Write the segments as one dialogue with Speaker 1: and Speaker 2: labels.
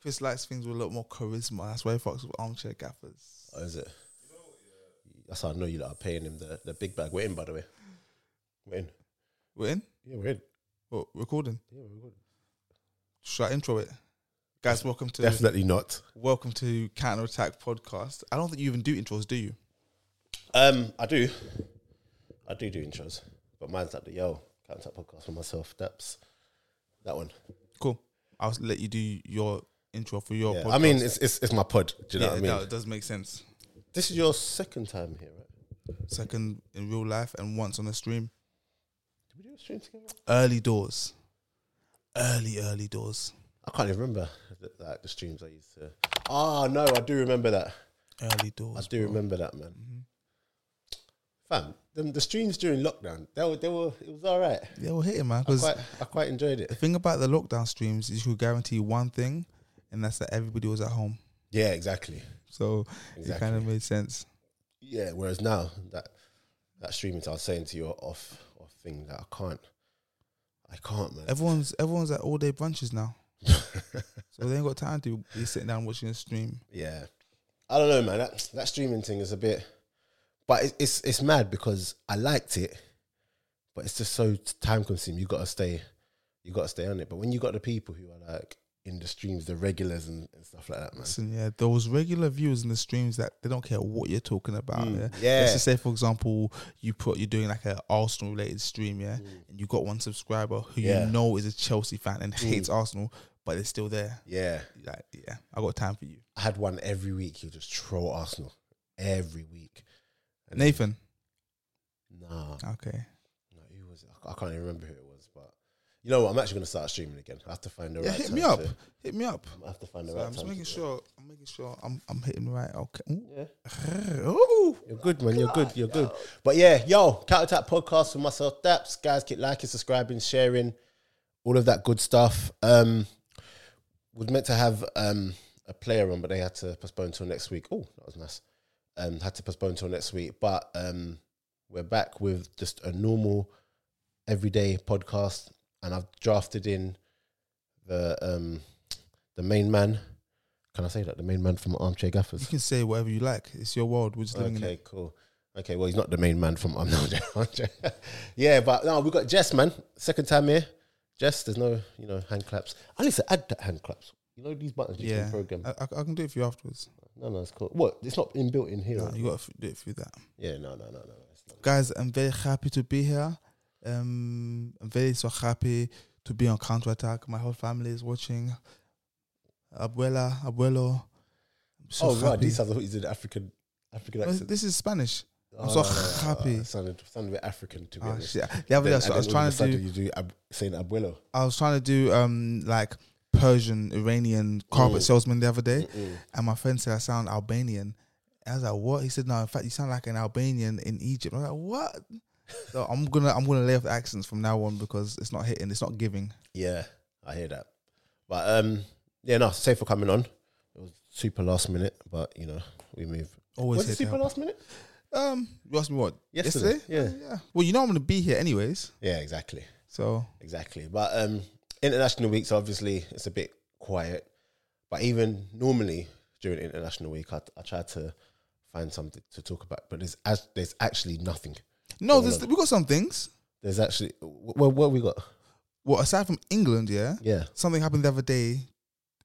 Speaker 1: Chris likes things with a lot more charisma. That's why he fucks with armchair gaffers.
Speaker 2: Oh, is it? That's how I know you lot are paying him the, the big bag. We're in, by the way. We're in.
Speaker 1: We're in.
Speaker 2: Yeah, we're in.
Speaker 1: What, recording.
Speaker 2: Yeah, we're good.
Speaker 1: Should I intro it? Guys, welcome to
Speaker 2: Definitely not.
Speaker 1: welcome to Counter Attack Podcast. I don't think you even do intros, do you?
Speaker 2: Um, I do. I do do intros, but mine's like the yo, can't type podcast for myself. That's that one.
Speaker 1: Cool. I'll let you do your intro for your
Speaker 2: Yeah.
Speaker 1: podcast.
Speaker 2: I mean, it's, it's it's my pod. Do you know
Speaker 1: yeah,
Speaker 2: what I mean?
Speaker 1: that does make sense.
Speaker 2: This is your second time here, right?
Speaker 1: Second in real life and once on a stream.
Speaker 2: Did we do a stream together?
Speaker 1: Early doors. Early, early doors.
Speaker 2: I can't even remember the, like the streams I used to. Ah, no, I do remember that.
Speaker 1: Early
Speaker 2: I
Speaker 1: doors.
Speaker 2: do remember that, man. Fam, the, the streams during lockdown, they were, they were, it was all right.
Speaker 1: Yeah, we're hitting man.
Speaker 2: I
Speaker 1: 'cause
Speaker 2: quite, I quite enjoyed
Speaker 1: the
Speaker 2: it.
Speaker 1: thing about the lockdown streams is you could guarantee one thing, and that's that everybody was at home.
Speaker 2: Yeah, exactly.
Speaker 1: So it
Speaker 2: Exactly.
Speaker 1: kind of made sense.
Speaker 2: Yeah. Whereas now that that streaming, I was saying to you off off thing that I can't, I can't, man.
Speaker 1: Everyone's everyone's at all day brunches now, so they ain't got time to be sitting down watching a stream.
Speaker 2: yeah, I don't know, man. That that streaming thing is a bit, but it's it's, it's mad because I liked it, but it's just so time consuming. You got to stay, you got to stay on it. But when you got the people who are like in the streams, the regulars and, and stuff like that, man.
Speaker 1: Listen, yeah, those regular viewers in the streams that they don't care what you're talking about.
Speaker 2: Mm,
Speaker 1: Yeah?
Speaker 2: yeah.
Speaker 1: Let's just say, for example, you put you're doing like an Arsenal related stream, yeah, and you got one subscriber who
Speaker 2: Mm. Yeah. Mm.
Speaker 1: you know is a Chelsea fan and hates Arsenal, but they're still there.
Speaker 2: Yeah,
Speaker 1: Like, yeah, I got time for you,
Speaker 2: I had one every week. He'll just troll Arsenal every week. And-
Speaker 1: Nathan.
Speaker 2: Nah,
Speaker 1: Okay,
Speaker 2: No, who was it? I I can't even remember who it was, but you know what? I'm actually going to start streaming again. I have to find the
Speaker 1: yeah,
Speaker 2: right
Speaker 1: hit
Speaker 2: time.
Speaker 1: me up,
Speaker 2: to-
Speaker 1: hit me up.
Speaker 2: I have to find the
Speaker 1: So
Speaker 2: right
Speaker 1: I'm just
Speaker 2: time.
Speaker 1: making
Speaker 2: to do
Speaker 1: sure. I'm making sure I'm I'm hitting right. Okay. Ooh.
Speaker 2: it. Yeah.
Speaker 1: Ooh.
Speaker 2: You're good, man. You're good. You're good. But yeah, yo, Counter Attack Podcast with myself, Daps. Guys, keep liking, subscribing, sharing, all of that good stuff. Um, was meant to have um a player on, but they had to postpone till next week. Oh, that was nice. Um, had to postpone till next week, but um, we're back with just a normal, everyday podcast, and I've drafted in the um the main man. Can I say that the main man from Armchair Gaffers?
Speaker 1: You can say whatever you like. It's your world. We're just living in
Speaker 2: Okay,
Speaker 1: it.
Speaker 2: cool. Okay, well, he's not the main man from I'm not. yeah, but no, we got Jess, man. Second time here. Jess, there's no, you know, hand claps. I need to add that hand claps. You know these buttons you
Speaker 1: Yeah. Uh,
Speaker 2: can program.
Speaker 1: I, I- I can do it for you afterwards.
Speaker 2: No, no, it's cool. What? It's not inbuilt in here.
Speaker 1: No,
Speaker 2: is it?
Speaker 1: you got to do it through that.
Speaker 2: yeah, no, no, no, no. no, It's not.
Speaker 1: Guys, I'm very happy to be here. Um, I'm very so happy to be on counterattack. My whole family is watching. Abuela, abuelo. I'm so
Speaker 2: oh, right.
Speaker 1: happy.
Speaker 2: These sounds like he's an African, African
Speaker 1: Well,
Speaker 2: accent.
Speaker 1: This is Spanish. I'm so
Speaker 2: Oh, no, no, no, no,
Speaker 1: happy.
Speaker 2: It sounded, sounded a bit African to be
Speaker 1: Ah,
Speaker 2: honest.
Speaker 1: shit. The other day, I
Speaker 2: Then-
Speaker 1: was- I
Speaker 2: and
Speaker 1: was
Speaker 2: then all
Speaker 1: trying
Speaker 2: of a
Speaker 1: to do.
Speaker 2: sudden You do ab- saying abuelo.
Speaker 1: I was trying to do um like Persian, Iranian carpet
Speaker 2: Mm.
Speaker 1: salesman the other day,
Speaker 2: Mm-mm.
Speaker 1: and my friend said I sound Albanian. I was like, "What?" He said, "No, in fact, you sound like an Albanian in Egypt." I was like, "What?" so I'm gonna I'm gonna lay off the accents from now on because it's not hitting, it's not giving.
Speaker 2: Yeah, I hear that. But um, yeah, no, safe for coming on. It was super last minute, but you know, we move.
Speaker 1: Always
Speaker 2: Was it
Speaker 1: hit the
Speaker 2: super
Speaker 1: help.
Speaker 2: last minute?
Speaker 1: Um, you asked me what Oh,
Speaker 2: Yesterday, yeah.
Speaker 1: yeah. Well, you know I'm gonna be here anyways,
Speaker 2: Yeah, exactly.
Speaker 1: so
Speaker 2: Exactly. But um international weeks obviously it's a bit quiet. But even normally during international week I, I try to find something to talk about, but there's as there's actually nothing.
Speaker 1: no,
Speaker 2: Hold
Speaker 1: there's,
Speaker 2: on.
Speaker 1: we got some things.
Speaker 2: There's actually well what we got?
Speaker 1: Well, aside from England, yeah,
Speaker 2: Yeah.
Speaker 1: something happened the other day,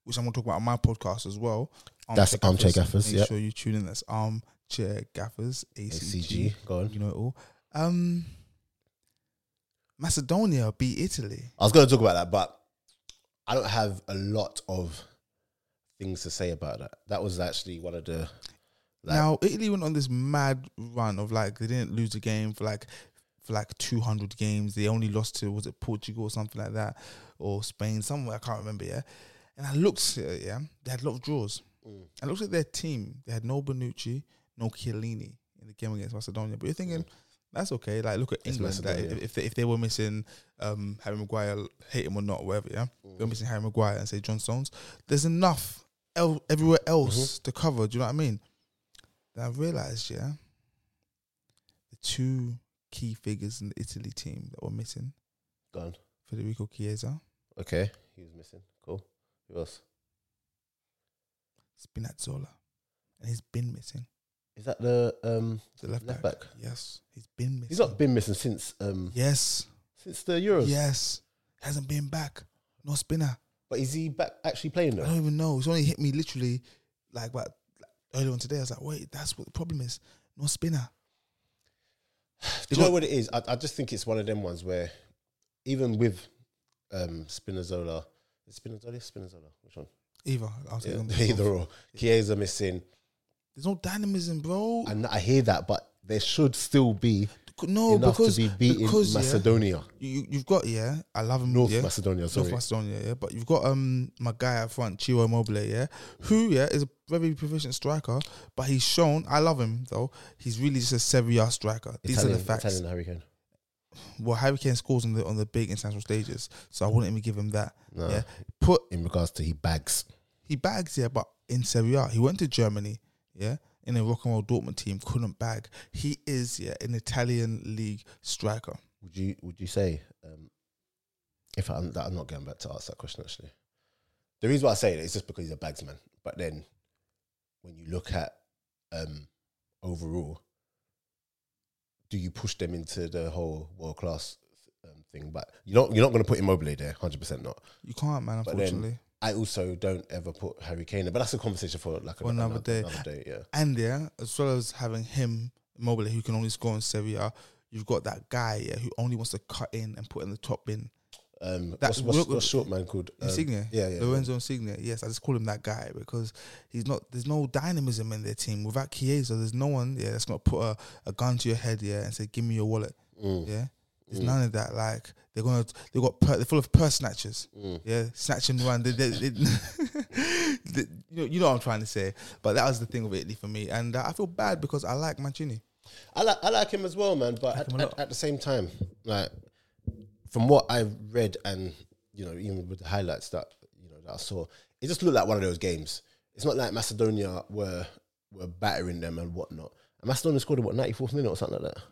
Speaker 1: which I'm going to talk about on my podcast as well. Um,
Speaker 2: That's Armchair Gaffers,
Speaker 1: Make
Speaker 2: yep.
Speaker 1: sure you tune in. That's Armchair Gaffers, ACG.
Speaker 2: ACG. Go on.
Speaker 1: You know it all. Um, Macedonia beat Italy.
Speaker 2: I was going to talk about that, but I don't have a lot of things to say about that. That was actually one of the. Like-
Speaker 1: now Italy went on this mad run of like they didn't lose a game for like for like 200 games. They only lost to was it Portugal or something like that or Spain somewhere I can't remember. Yeah, and I looked. uh, Yeah, they had a lot of draws. I looked at their team. They had no Bonucci, no Chiellini in the game against Macedonia. But you're thinking. That's okay. Like, look at
Speaker 2: It's
Speaker 1: England. Like,
Speaker 2: Macedonia.
Speaker 1: if, if they, if they were missing um, Harry Maguire, hate him or not, whatever, yeah, they're missing Harry Maguire and say John Stones. There's enough el- everywhere else to cover. Do you know what I mean? Then I realized, yeah, the two key figures in the Italy team that were missing
Speaker 2: Gone.
Speaker 1: Federico Chiesa
Speaker 2: Okay. He was missing. Cool. Who else?
Speaker 1: Spinazzola, and he's been missing.
Speaker 2: Is that the um?
Speaker 1: The left,
Speaker 2: Left
Speaker 1: back.
Speaker 2: back.
Speaker 1: Yes, he's been missing.
Speaker 2: He's not been missing since um
Speaker 1: Yes,
Speaker 2: since the Euros.
Speaker 1: yes, hasn't been back. No spinner.
Speaker 2: But is he back actually playing
Speaker 1: I
Speaker 2: though?
Speaker 1: don't even know. It's only hit me literally like about earlier on today. I was like, wait, that's what the problem is. No spinner.
Speaker 2: Do you know what it is? I, I just think it's one of them ones where even with um Spinazzola, is Spinazzola, Spinazzola, which one?
Speaker 1: Either. I'll take
Speaker 2: Yeah,
Speaker 1: them both.
Speaker 2: either or. Chiesa missing.
Speaker 1: There's no dynamism, bro.
Speaker 2: And I hear that, but there should still be
Speaker 1: no,
Speaker 2: enough
Speaker 1: Oh, because
Speaker 2: to be beating
Speaker 1: because yeah,
Speaker 2: Macedonia,
Speaker 1: you you've got yeah. I love him.
Speaker 2: North
Speaker 1: yeah.
Speaker 2: Macedonia. Sorry,
Speaker 1: North Macedonia, yeah, but you've got um my guy up front, Chiro Mobile, yeah, who yeah is a very proficient striker, but he's shown. I love him though. He's really just a Serie A striker. These
Speaker 2: Italian,
Speaker 1: are the facts.
Speaker 2: Italian Hurricane.
Speaker 1: Well, Harry Kane scores on the on the big international stages, so I wouldn't even give him that.
Speaker 2: No.
Speaker 1: Yeah, put
Speaker 2: In regards to he bags,
Speaker 1: he bags yeah, but in Serie A, he went to Germany, yeah, in a rock and roll Dortmund team, couldn't bag. He is yeah an Italian league striker.
Speaker 2: would you would you say? Um, if I'm, that, I'm not going back to ask that question actually. The reason why I say it is just because he's a bags man. But then, when you look at um, overall, do you push them into the whole world class um, thing? But you don't. You're not going to put Immobile there. Hundred percent not.
Speaker 1: You can't, man.
Speaker 2: But then-
Speaker 1: Unfortunately.
Speaker 2: I also don't ever put Harry Kane, in, but that's a conversation for like
Speaker 1: For another day.
Speaker 2: Another day, yeah.
Speaker 1: And yeah, as well as having him, Mobile, who can only score in Serie A, you've got that guy yeah, who only wants to cut in and put in the top bin.
Speaker 2: Um,
Speaker 1: That-
Speaker 2: what's, what's,
Speaker 1: look-
Speaker 2: what's short man called? Um,
Speaker 1: Insigne.
Speaker 2: Yeah, yeah.
Speaker 1: Lorenzo Insigne. Yes, I just call him that guy because he's not, there's no dynamism in their team. Without Chiesa, there's no one, yeah, that's going to put a, a gun to your head, yeah, and say, give me your wallet.
Speaker 2: Mm,
Speaker 1: Yeah. There's none of that. Like, they're going to, they've got, per, they're full of purse snatchers.
Speaker 2: mm.
Speaker 1: Yeah, snatch and run. They, they, they, they- you, know, you know what I'm trying to say. But that was the thing of Italy for me. And uh, I feel bad because I like Mancini.
Speaker 2: I like I like him as well, man. But at,
Speaker 1: him a
Speaker 2: at,
Speaker 1: lot.
Speaker 2: at the same time, like from what I read and you know even with the highlights that you know that I saw, it just looked like one of those games. It's not like Macedonia were were battering them and whatnot. And Macedonia scored in what ninety fourth minute or something like that,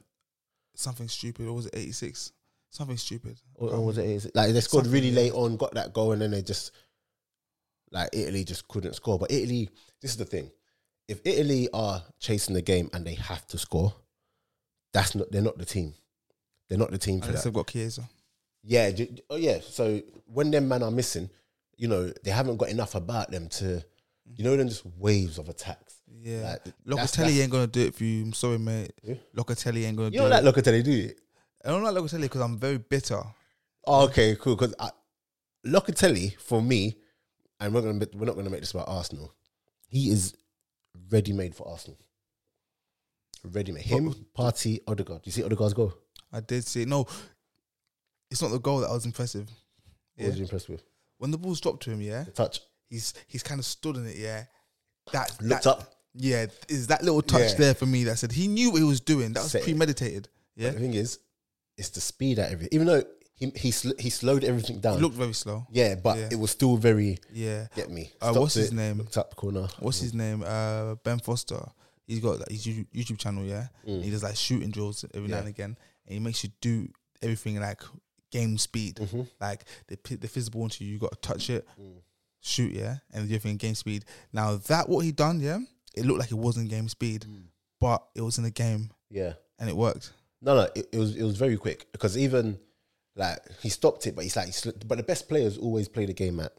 Speaker 1: something stupid. Or was it 86? Something stupid.
Speaker 2: or, or was it is it- like they scored
Speaker 1: Something,
Speaker 2: really
Speaker 1: yeah.
Speaker 2: late on, got that goal, and then they just like Italy just couldn't score. But Italy, this is the thing: if Italy are chasing the game and they have to score, that's not they're not the team. They're not the team for
Speaker 1: Unless
Speaker 2: that.
Speaker 1: uh, they've got Chiesa.
Speaker 2: Yeah, ju- ju- oh yeah. So when them man are missing, you know they haven't got enough about them to, you know, them just waves of attacks.
Speaker 1: Yeah.
Speaker 2: Like, that's-
Speaker 1: Locatelli ain't going to do it for you. I'm sorry, mate.
Speaker 2: Yeah.
Speaker 1: Locatelli ain't going to
Speaker 2: You
Speaker 1: do
Speaker 2: don't
Speaker 1: it.
Speaker 2: like Locatelli, do you?
Speaker 1: I don't like Locatelli because I'm very bitter.
Speaker 2: Oh, okay, cool. Because Locatelli for me, and we're gonna we're not gonna make this about Arsenal. He is ready made for Arsenal. Ready made. Him, Party, Odegaard. You see Odegaard's goal.
Speaker 1: I did say, no, it's not the goal that I was impressive.
Speaker 2: What
Speaker 1: Yeah.
Speaker 2: was you impressed with?
Speaker 1: When the ball's dropped to him, yeah,
Speaker 2: The touch.
Speaker 1: he's he's kind of stood in it, yeah. That,
Speaker 2: Looked
Speaker 1: that-
Speaker 2: up.
Speaker 1: Yeah, is that little touch
Speaker 2: Yeah.
Speaker 1: there for me that said he knew what he was doing. That was
Speaker 2: Set it.
Speaker 1: premeditated. Yeah.
Speaker 2: The thing is, it's the speed at everything. Even though he he, sl- he slowed everything down.
Speaker 1: He looked very slow.
Speaker 2: Yeah, but
Speaker 1: Yeah.
Speaker 2: it was still very
Speaker 1: Yeah.
Speaker 2: get me.
Speaker 1: Uh,
Speaker 2: Stopped
Speaker 1: what's his
Speaker 2: it,
Speaker 1: name?
Speaker 2: Looked up corner.
Speaker 1: what's his name? Uh, Ben Foster. He's got like, his YouTube YouTube channel, yeah. And he does like shooting drills every now
Speaker 2: Mm. Yeah.
Speaker 1: and again, and he makes you do everything like game speed.
Speaker 2: Mm-hmm.
Speaker 1: Like they pi- they fizz the ball into you, you got to touch it,
Speaker 2: Mm.
Speaker 1: shoot, yeah, and do everything game speed. Now that what he done, yeah, it looked like it wasn't game speed,
Speaker 2: Mm.
Speaker 1: but it was in the game
Speaker 2: Yeah.
Speaker 1: and it worked.
Speaker 2: No, no, it, it was it was very quick because even like he stopped it, but he's like, he slipped, but the best players always play the game at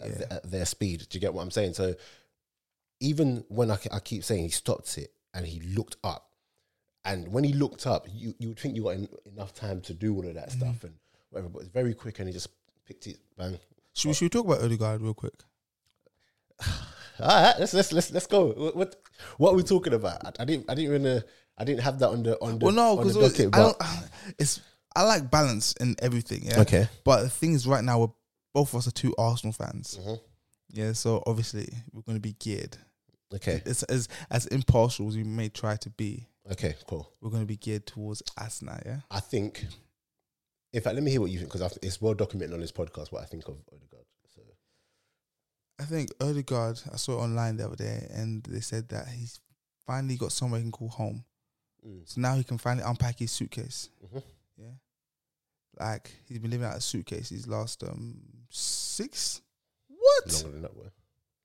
Speaker 2: at,
Speaker 1: Yeah.
Speaker 2: th- at their speed. Do you get what I'm saying? So even when I, ke- I keep saying he stopped it and he looked up, and when he looked up, you you would think you got en- enough time to do all of that
Speaker 1: Mm-hmm.
Speaker 2: stuff and whatever, but it's very quick and he just picked it bang.
Speaker 1: Should we, should we talk about Odegaard real quick?
Speaker 2: All right, let's let's let's let's go. What what, what are we talking about? I, I didn't I didn't really I didn't have that on the on the
Speaker 1: Well, no,
Speaker 2: on the
Speaker 1: because I
Speaker 2: docket,
Speaker 1: don't.
Speaker 2: but-
Speaker 1: It's I like balance in everything. Yeah.
Speaker 2: Okay.
Speaker 1: But the thing is, right now we're both of us are two Arsenal fans.
Speaker 2: Mhm.
Speaker 1: Yeah. So obviously we're going to be geared.
Speaker 2: okay
Speaker 1: It's as as impartial as we may try to be.
Speaker 2: okay cool.
Speaker 1: We're going to be geared towards Asna. Yeah.
Speaker 2: I think, in fact, let me hear what you think because it's well documented on this podcast what I think of Odegaard. So
Speaker 1: I think Odegaard. I saw it online the other day, and they said that he's finally got somewhere he can call home.
Speaker 2: Mm.
Speaker 1: So now he can finally unpack his suitcase.
Speaker 2: Mhm.
Speaker 1: Yeah. Like he's been living out of suitcase his last um six. What?
Speaker 2: longer than that, boy.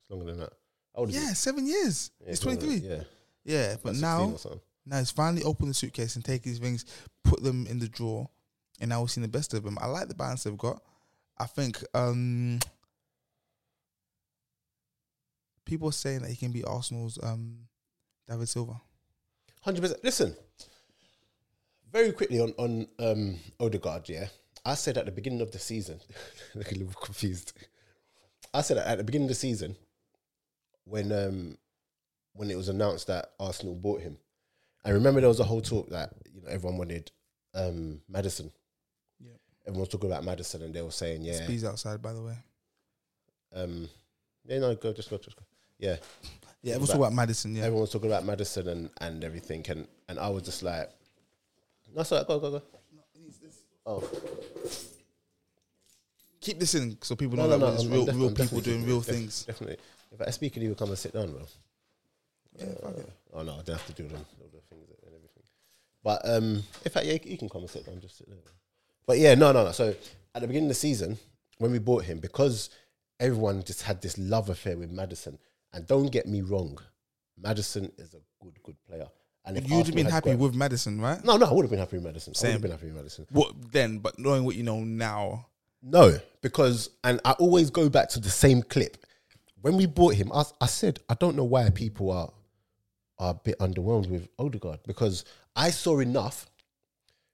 Speaker 2: It's longer than that. How old is
Speaker 1: Yeah, seven years.
Speaker 2: he?
Speaker 1: He's
Speaker 2: Yeah, something
Speaker 1: 23.
Speaker 2: like
Speaker 1: Yeah,
Speaker 2: that, Yeah.
Speaker 1: but
Speaker 2: Like 16
Speaker 1: now,
Speaker 2: or something.
Speaker 1: now he's finally opened the suitcase and taken his things, put them in the drawer, and now we've seen the best of him. I like the balance they've got. I think um, people are saying that he can be Arsenal's um, David Silva.
Speaker 2: Hundred percent. Listen, very quickly on on um, Odegaard. Yeah, I said at the beginning of the season. Look a little confused. I said at the beginning of the season when um, when it was announced that Arsenal bought him. I remember there was a whole talk that you know everyone wanted um, Madison.
Speaker 1: Yeah.
Speaker 2: Everyone was talking about Madison, and they were saying, "Yeah,
Speaker 1: Speeds outside, by the way.
Speaker 2: um, yeah, no, go, just go, just go." Yeah,
Speaker 1: Yeah, we'll talk about Madison. Yeah,
Speaker 2: everyone was talking about Madison and, and everything, and, and I was just like, no, sorry, go, go, go. Oh,
Speaker 1: keep this in so people
Speaker 2: no,
Speaker 1: know
Speaker 2: no,
Speaker 1: that
Speaker 2: no,
Speaker 1: when it's
Speaker 2: I'm- I'm
Speaker 1: real,
Speaker 2: def-
Speaker 1: real
Speaker 2: I'm
Speaker 1: people
Speaker 2: definitely
Speaker 1: doing
Speaker 2: doing
Speaker 1: real
Speaker 2: it, def-
Speaker 1: things.
Speaker 2: Definitely. If I speak, you would come and sit down, bro.
Speaker 1: Yeah, fuck it.
Speaker 2: Oh no, I don't have to do them, all the things and everything. But um, in fact, yeah, you- you can come and sit down, just sit there. But yeah, no, no, no. So at the beginning of the season, when we bought him, because everyone just had this love affair with Madison, and don't get me wrong, Madison is a good, good player. And if
Speaker 1: You'd have
Speaker 2: Arsenal
Speaker 1: been
Speaker 2: had
Speaker 1: happy
Speaker 2: got-
Speaker 1: with Madison, right?
Speaker 2: No, no, I would have been happy with Madison. I would
Speaker 1: Same.
Speaker 2: have been happy with Madison.
Speaker 1: What then? But knowing what you know now,
Speaker 2: No, because and I always go back to the same clip. When we bought him, I, I said I don't know why people are are a bit underwhelmed with Odegaard because I saw enough.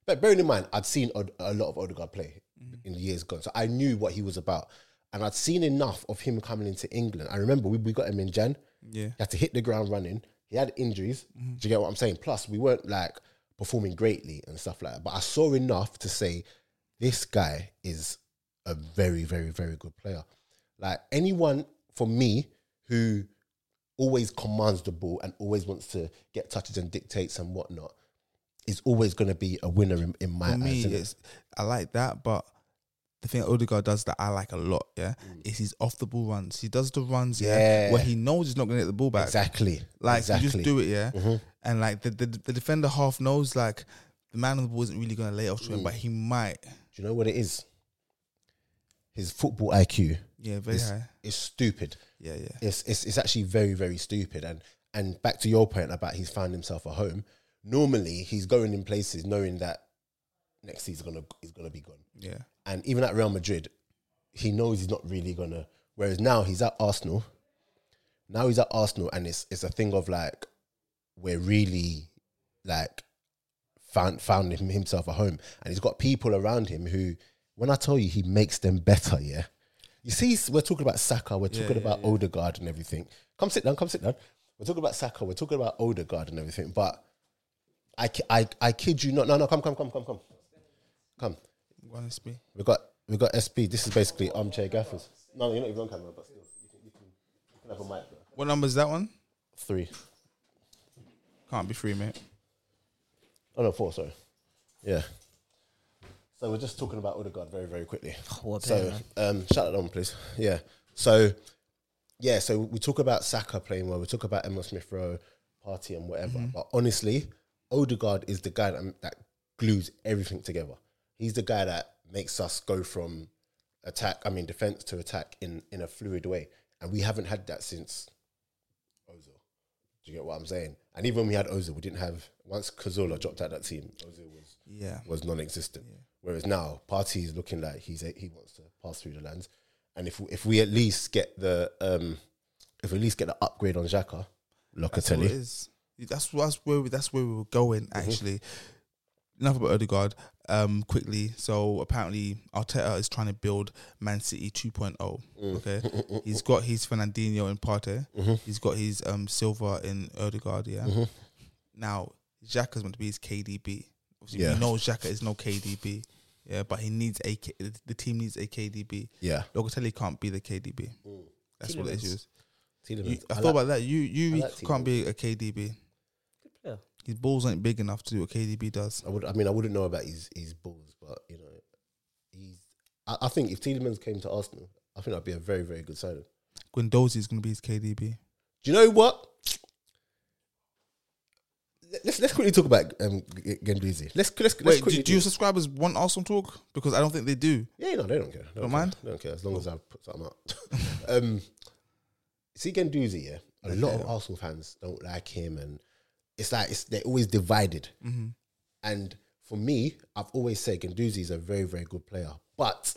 Speaker 2: But bearing in mind, I'd seen Od- a lot of Odegaard play in the years gone, so I knew what he was about, and I'd seen enough of him coming into England. I remember we, we got him in Jan.
Speaker 1: yeah,
Speaker 2: He had to hit the ground running. He had injuries.
Speaker 1: Mm-hmm.
Speaker 2: Do you get what I'm saying? Plus, we weren't like performing greatly and stuff like that. But I saw enough to say this guy is a very, very, very good player. Like anyone for me who always commands the ball and always wants to get touches and dictates and whatnot is always going to be a winner in, in my
Speaker 1: for
Speaker 2: eyes.
Speaker 1: me,
Speaker 2: innit?
Speaker 1: it's, I like that. But the thing Odegaard does that I like a lot, yeah, is his off the ball runs. He does the runs, Mm. yeah,
Speaker 2: Yeah.
Speaker 1: where he knows he's not going to get the ball back.
Speaker 2: exactly.
Speaker 1: Like
Speaker 2: exactly. Mm-hmm.
Speaker 1: you just do it, yeah. And like the, the the defender half knows like the man on the ball isn't really going to lay it off to him, but he might.
Speaker 2: Do you know what it is? His football IQ
Speaker 1: Yeah, very high.
Speaker 2: is stupid.
Speaker 1: Yeah, yeah.
Speaker 2: it's, it's it's actually very very stupid and and back to your point about he's found himself a home normally he's going in places knowing that next season gonna is gonna be gone
Speaker 1: Yeah,
Speaker 2: and even at Real Madrid he knows he's not really gonna whereas now he's at Arsenal now he's at Arsenal and it's it's a thing of like we're really like found found him, himself a home and he's got people around him who when I tell you he makes them better yeah you see we're talking about Saka we're talking about Odegaard and everything come sit down come sit down we're talking about Saka we're talking about Odegaard and everything but I, ki- I, I kid you not no no come come come come come come
Speaker 1: honestly.
Speaker 2: we got we got SB. This is basically armchair gaffers. No, no, you're not even on camera, but still, you can, you can, you can have a mic. Bro.
Speaker 1: What number is that one?
Speaker 2: Three.
Speaker 1: Can't be free, mate.
Speaker 2: Oh no, four. Sorry. Yeah. So we're just talking about Odegaard very very quickly.
Speaker 3: Oh, What a
Speaker 2: So
Speaker 3: player,
Speaker 2: um, shout that on, please. Yeah. So yeah. So we talk about Saka playing well. We talk about Emma Smith Rowe, Party, and whatever.
Speaker 3: Mm-hmm.
Speaker 2: But honestly, Odegaard is the guy that, that glues everything together. He's the guy that makes us go from attack, I mean defense to attack in in a fluid way, and we haven't had that since Ozil. Do you get what I'm saying? And even when we had Ozil, we didn't have once Kazola dropped out that team. Ozil was
Speaker 1: Yeah,
Speaker 2: was non-existent. Whereas now, Party is looking like he's a, he wants to pass through the lands, and if we, if we at least get the um, if we at least get the upgrade on Xhaka,
Speaker 1: That's what it
Speaker 2: Locatelli,
Speaker 1: is. That's that's where we, that's where we were going actually. Enough about Odegaard. Um, quickly. So apparently Arteta is trying to build Man City 2.0. Okay, he's got his Fernandinho in Partey. He's got his um Silva in Odegaard. Yeah. Now Xhaka's meant to be his KDB. Obviously,
Speaker 2: Yeah.
Speaker 1: we know Xhaka is no KDB. Yeah, but he needs a K- the team needs a KDB.
Speaker 2: yeah,
Speaker 1: Locatelli can't be the KDB. That's what the issue is. You,
Speaker 2: Tielemans.
Speaker 1: I
Speaker 2: I
Speaker 1: thought
Speaker 2: like-
Speaker 1: about that. You you
Speaker 2: like
Speaker 1: can't be a KDB.
Speaker 3: good player.
Speaker 1: His balls ain't big enough to do what KDB does.
Speaker 2: I would. I mean, I wouldn't know about his his balls, but you know, he's. I, I think if Tielemans came to Arsenal, I think that'd be a very very good signing.
Speaker 1: Guendouzi is going to be his KDB.
Speaker 2: Do you know what? Let's let's quickly talk about um, G- Gendouzi. Let's let's, let's
Speaker 1: Wait,
Speaker 2: quickly
Speaker 1: do, do your subscribers want Arsenal talk? Because I don't think they do.
Speaker 2: Yeah, no, they don't care. They
Speaker 1: Don't
Speaker 2: care.
Speaker 1: mind?
Speaker 2: They don't care as long as I put something up. um, see, Gendouzi, yeah. A lot of Arsenal fans don't like him, and it's like it's, they're always divided. And for me, I've always said Ganduzi is a very, very good player. But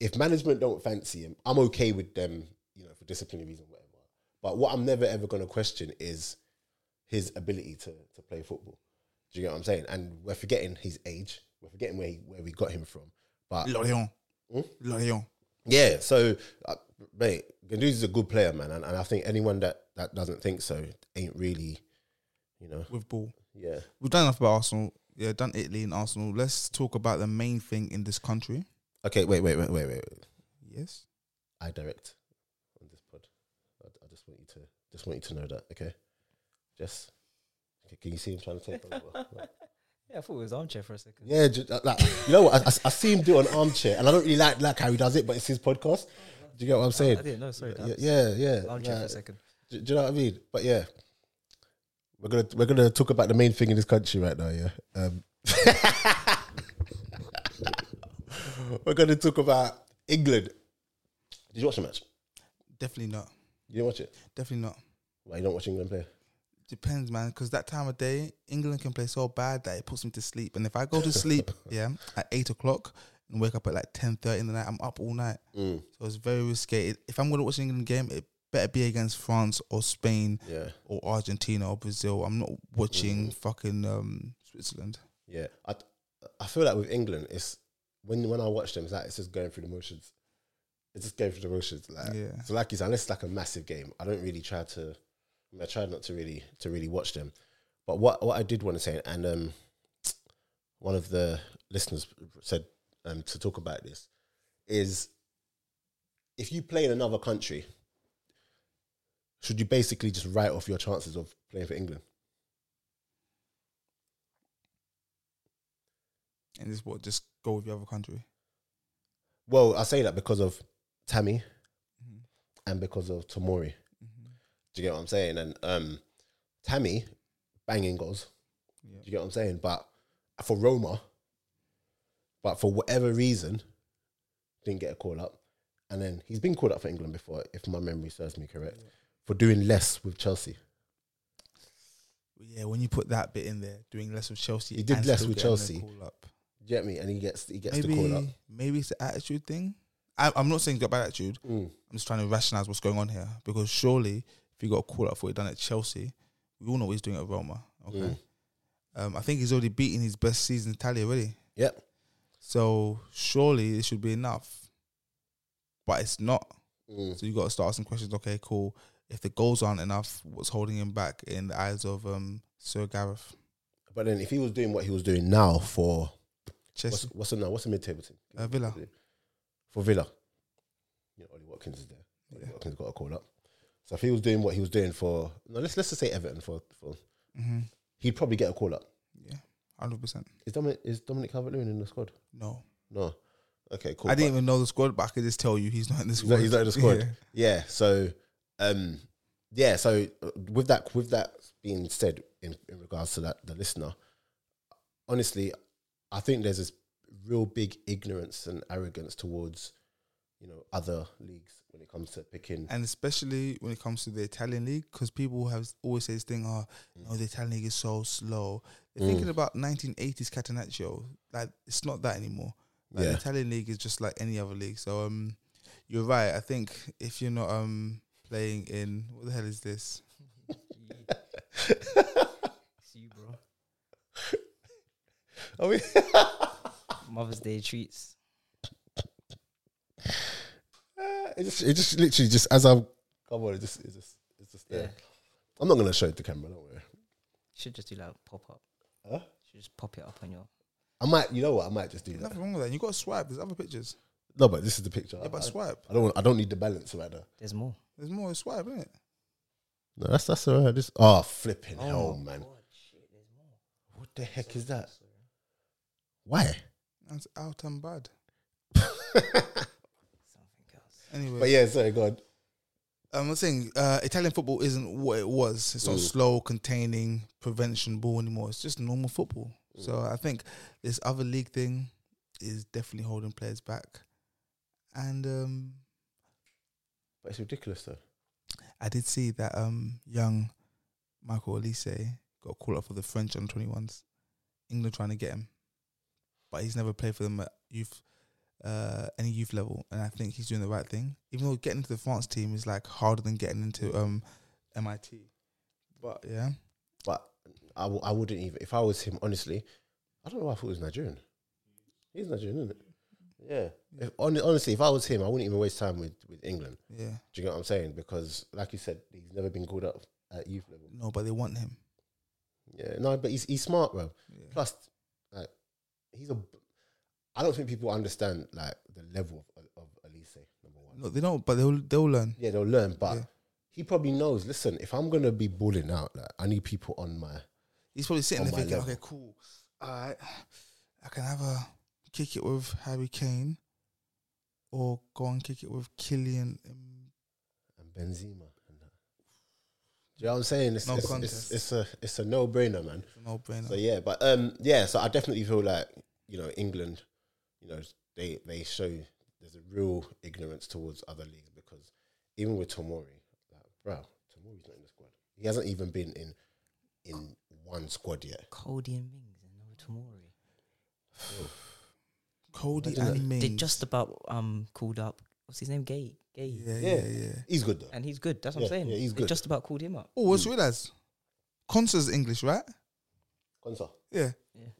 Speaker 2: if management don't fancy him, I'm okay with them, you know, for disciplinary reasons, whatever. But what I'm never ever going to question is his ability to to play football. Do you get what I'm saying? And we're forgetting his age. We're forgetting where he, where we got him from. But
Speaker 1: Lorient.
Speaker 2: Hmm?
Speaker 1: Lorient.
Speaker 2: yeah, so uh, mate, Ganduzi is a good player, man, and, and I think anyone that that doesn't think so ain't really, you know,
Speaker 1: with ball.
Speaker 2: yeah.
Speaker 1: We've done enough about Arsenal. Yeah, done Italy and Arsenal. Let's talk about the main thing in this country.
Speaker 2: Okay, wait, wait, wait, wait, wait.
Speaker 1: Yes.
Speaker 2: I direct on this pod. I, I just want you to just want you to know that, okay? Just okay, can you see him trying to take over? Like-
Speaker 3: Yeah, I thought it was armchair for a second.
Speaker 2: yeah, just, like you know what? I, I, I see him do an armchair, and I don't really like like how he does it, but it's his podcast. Do you get what I'm
Speaker 3: I
Speaker 2: saying?
Speaker 3: didn't know. Sorry,
Speaker 2: Yeah,
Speaker 3: Dubs.
Speaker 2: yeah, yeah.
Speaker 3: armchair for a
Speaker 2: like,
Speaker 3: second.
Speaker 2: do, do you know what I mean? But yeah, we're gonna we're gonna talk about the main thing in this country right now. Yeah, um, we're gonna talk about England. Did you watch the match?
Speaker 1: Definitely not.
Speaker 2: You didn't watch it.
Speaker 1: Definitely not.
Speaker 2: Why you don't watch England play?
Speaker 1: Depends, man, because that time of day, England can play so bad that it puts me to sleep. And if I go to sleep, yeah, at eight o'clock and wake up at like ten thirty in the night, I'm up all night.
Speaker 2: Mm,
Speaker 1: So it's very risky. If I'm gonna watch an England game, it better be against France or Spain
Speaker 2: Yeah,
Speaker 1: or Argentina or Brazil. I'm not
Speaker 2: Mm.
Speaker 1: watching fucking um, Switzerland.
Speaker 2: yeah. I I feel like with England, it's when when I watch them, it's like it's just going through the motions. It's just going through the motions. Like
Speaker 1: Yeah.
Speaker 2: so, like you said, unless it's like a massive game, I don't really try to. I, mean, I try not to really to really watch them. But what what I did want to say, and um, one of the listeners said um, to talk about this is if you play in another country, should you basically just write off your chances of playing for England?
Speaker 1: And just what just go with the other country.
Speaker 2: Well, I say that because of Tammy and because of Tomori.
Speaker 1: Mm-hmm.
Speaker 2: Do you get what I'm saying? And um, Tammy banging goals.
Speaker 1: Yeah.
Speaker 2: Do you get what I'm saying? But for Roma, but for whatever reason, didn't get a call up. And then he's been called up for England before, if my memory serves me correct, for doing less with Chelsea.
Speaker 1: Yeah, when you put that bit in there, doing less with Chelsea,
Speaker 2: He did
Speaker 1: and
Speaker 2: less
Speaker 1: still
Speaker 2: with
Speaker 1: getting the
Speaker 2: Chelsea.
Speaker 1: Call up.
Speaker 2: Do you get me? And he gets he gets the call up.
Speaker 1: Maybe, maybe it's the attitude thing. I, I'm not saying he's got bad attitude.
Speaker 2: Mm.
Speaker 1: I'm just trying to rationalize what's going on here because surely if you got a call up for what he done at Chelsea, we all know what he's doing at Roma. Okay,
Speaker 2: Mm.
Speaker 1: um, I think he's already beaten his best season tally already.
Speaker 2: Yep.
Speaker 1: So surely it should be enough, but it's not.
Speaker 2: Mm.
Speaker 1: So you got to start asking questions. Okay, cool. If the goals aren't enough, what's holding him back in the eyes of um, Sir Gareth?
Speaker 2: But then if he was doing what he was doing now for what's
Speaker 1: Chelsea,
Speaker 2: what's the no, what's the mid table team?
Speaker 1: uh, Villa.
Speaker 2: for Villa. You know, Ollie Watkins is there. Ollie
Speaker 1: Yeah.
Speaker 2: Watkins got a call up. So if he was doing what he was doing for no, let's let's just say Everton for for
Speaker 1: Mm-hmm.
Speaker 2: he'd probably get a call up.
Speaker 1: Yeah, hundred percent.
Speaker 2: Is Dominic is Dominic Calvert Lewin in the squad?
Speaker 1: No,
Speaker 2: No. Okay, cool.
Speaker 1: I didn't even know the squad, but I could just tell you he's not in the squad.
Speaker 2: But he's not, he's not in the squad.
Speaker 1: Yeah.
Speaker 2: Yeah. So um yeah, so uh, with that with that being said in, in regards to that the listener, honestly, I think there's this real big ignorance and arrogance towards, you know, other leagues when it comes to picking
Speaker 1: and especially when it comes to the Italian league, because people have always said this thing, oh, no, the Italian league is so slow. They're
Speaker 2: Mm.
Speaker 1: thinking about 1980s Catenaccio. Like, it's not that anymore. Like,
Speaker 2: Yeah.
Speaker 1: The Italian league is just like any other league. So, um, you're right. I think if you're not um playing in what the hell is this?
Speaker 3: It's you, bro.
Speaker 2: Oh, yeah.
Speaker 3: Mother's Day treats.
Speaker 2: it just, it just literally just as I'm. Come on, it just, it just, it's just
Speaker 3: Yeah.
Speaker 2: there. I'm not gonna show it to camera. Don't worry.
Speaker 3: Should just do like pop up.
Speaker 2: Huh?
Speaker 3: Should just pop it up on your.
Speaker 2: I might, you know what? I might just do
Speaker 1: There's
Speaker 2: that.
Speaker 1: nothing wrong with that. You got to swipe. There's other pictures.
Speaker 2: No, but this is the picture.
Speaker 1: Yeah, but
Speaker 2: Uh, I,
Speaker 1: swipe.
Speaker 2: I don't, want, I don't need the balance right now.
Speaker 3: There's more.
Speaker 1: There's more swipe, isn't it?
Speaker 2: No, that's that's alright. This, oh flipping hell, man!
Speaker 3: God, shit, there's more.
Speaker 2: What the heck is that? Why?
Speaker 1: That's out and bad.
Speaker 3: Something else.
Speaker 1: Anyway,
Speaker 2: But yeah, sorry, God.
Speaker 1: I'm not saying uh, Italian football isn't what it was. It's not
Speaker 2: Mm.
Speaker 1: slow, containing, prevention ball anymore. It's just normal football. So I think this other league thing is definitely holding players back. And um,
Speaker 2: But it's ridiculous though.
Speaker 1: I did see that um young Michael Olise got called up for the French under twenty ones. England trying to get him, but he's never played for them at youth, uh, any youth level, and I think he's doing the right thing. Even though getting into the France team is like harder than getting into um MIT, but yeah,
Speaker 2: But I, w- I wouldn't even, if I was him, honestly, I don't know why I thought he was Nigerian. He's Nigerian, isn't it? Yeah. If, hon- honestly, if I was him, I wouldn't even waste time with, with England.
Speaker 1: yeah,
Speaker 2: Do you get what I'm saying? Because, like you said, he's never been called up at youth level.
Speaker 1: no, but they want him.
Speaker 2: Yeah, no, but he's, he's smart, bro.
Speaker 1: Yeah.
Speaker 2: Plus, like, he's a. I don't think people understand like the level of, of Elise. Number one,
Speaker 1: No, they don't, but they'll they'll learn.
Speaker 2: yeah, they'll learn, but
Speaker 1: Yeah.
Speaker 2: he probably knows. Listen, if I'm gonna be balling out, like, I need people on my.
Speaker 1: He's probably sitting
Speaker 2: On
Speaker 1: there
Speaker 2: my
Speaker 1: thinking,
Speaker 2: level.
Speaker 1: okay, cool. All right, I can have a kick it with Harry Kane or go and kick it with Killian. Um,
Speaker 2: and Benzema. And that. Do you know what I'm saying? It's,
Speaker 1: No
Speaker 2: it's,
Speaker 1: contest.
Speaker 2: it's, it's a it's a no brainer, man.
Speaker 1: no brainer.
Speaker 2: So yeah, but um, yeah. So I definitely feel like you know England, you know they they show there's a real ignorance towards other leagues because even with Tomori, like bro, Tomori's not in the squad. He hasn't even been in in one squad yet.
Speaker 3: Cody and Mings and Noah Tomori.
Speaker 1: Cody
Speaker 2: Imagine
Speaker 1: and Mings.
Speaker 3: They just about um called up. What's his name? Gay. Gay.
Speaker 1: yeah, yeah,
Speaker 2: Yeah.
Speaker 1: yeah.
Speaker 2: He's good though.
Speaker 3: And he's good. That's what
Speaker 2: Yeah,
Speaker 3: I'm saying.
Speaker 2: yeah, he's
Speaker 3: They
Speaker 2: good.
Speaker 3: just about called him up.
Speaker 1: Oh,
Speaker 2: Hmm.
Speaker 1: what's with us? Concer's English, right?
Speaker 2: Konsa.
Speaker 1: Yeah.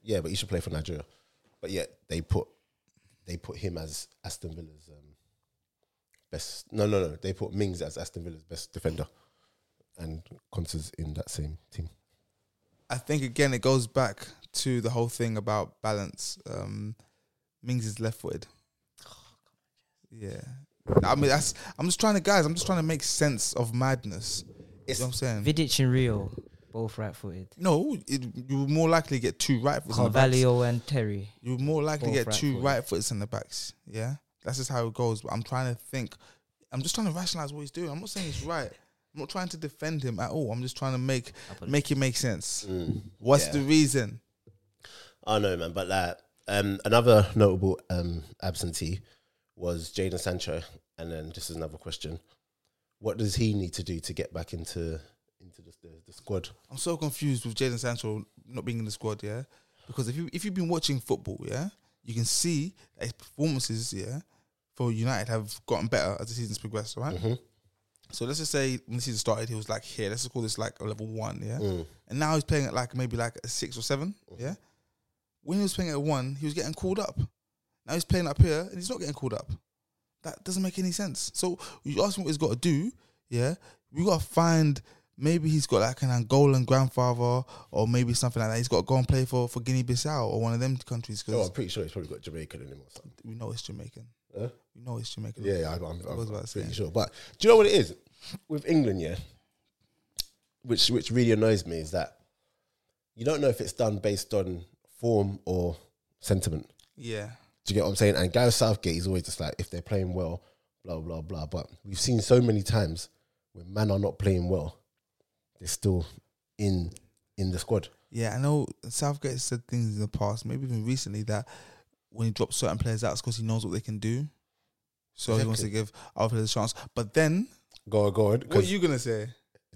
Speaker 2: Yeah, but he should play for Nigeria. But yeah, they put they put him as Aston Villa's um, best. No, no, no. They put Mings as Aston Villa's best defender, and Conte's in that same team.
Speaker 1: I think again it goes back to the whole thing about balance. Um, Mings is left footed.
Speaker 3: Oh,
Speaker 1: Yeah. I mean, that's. I'm just trying to, guys. I'm just trying to make sense of madness.
Speaker 2: It's-
Speaker 1: you know what I'm saying.
Speaker 3: Vidic and Rio, both right footed.
Speaker 1: No, it, you would more likely get two right foots. in the backs.
Speaker 3: Carvalho and Terry.
Speaker 1: You would more likely
Speaker 3: Both
Speaker 1: get
Speaker 3: right
Speaker 1: two
Speaker 3: footed.
Speaker 1: right foots in the backs. Yeah, that's just how it goes. But I'm trying to think. I'm just trying to rationalize what he's doing. I'm not saying he's right. I'm not trying to defend him at all. I'm just trying to make make it make
Speaker 3: Mm.
Speaker 1: sense. What's
Speaker 2: yeah.
Speaker 1: the reason?
Speaker 2: I know, man. But like um, another notable um, absentee was Jaden Sancho, and then this is another question: What does he need to do to get back into into the, the, the squad?
Speaker 1: I'm so confused with Jaden Sancho not being in the squad. Yeah, because if you if you've been watching football, yeah, you can see that his performances, yeah, for United have gotten better as the season's progressed. Right.
Speaker 2: Mhm.
Speaker 1: So let's just say when the season started, he was like here. Let's just call this like a level one, yeah.
Speaker 2: Mm.
Speaker 1: And now he's playing at like maybe like a six or 7 yeah. When he was playing at one, he was getting called up. Now he's playing up here and he's not getting called up. That doesn't make any sense. So you ask him what he's got to do, yeah. We got to find maybe he's got like an Angolan grandfather or maybe something like that. He's got to go and play for for Guinea Bissau or one of them countries
Speaker 2: Oh,
Speaker 1: because
Speaker 2: I'm pretty sure he's probably got Jamaican in him or something.
Speaker 1: we know it's Jamaican.
Speaker 2: Huh?
Speaker 1: We know it's Jamaican.
Speaker 2: Yeah, yeah, I'm, I'm,
Speaker 1: I
Speaker 2: I'm,
Speaker 1: was about to
Speaker 2: pretty
Speaker 1: say.
Speaker 2: sure. But do you know what it is with England? Yeah, which which really annoys me is that you don't know if it's done based on form or sentiment.
Speaker 1: yeah.
Speaker 2: Do you get what I'm saying? And Gareth Southgate is always just like, if they're playing well, blah blah blah. But we've seen so many times when man are not playing well, they're still in in the squad.
Speaker 1: Yeah, I know Southgate has said things in the past, maybe even recently, that when he drops certain players out, it's because he knows what they can do. So he wants to give other players a chance. But then,
Speaker 2: Go on, go on.
Speaker 1: what are
Speaker 2: Because
Speaker 1: you going to say?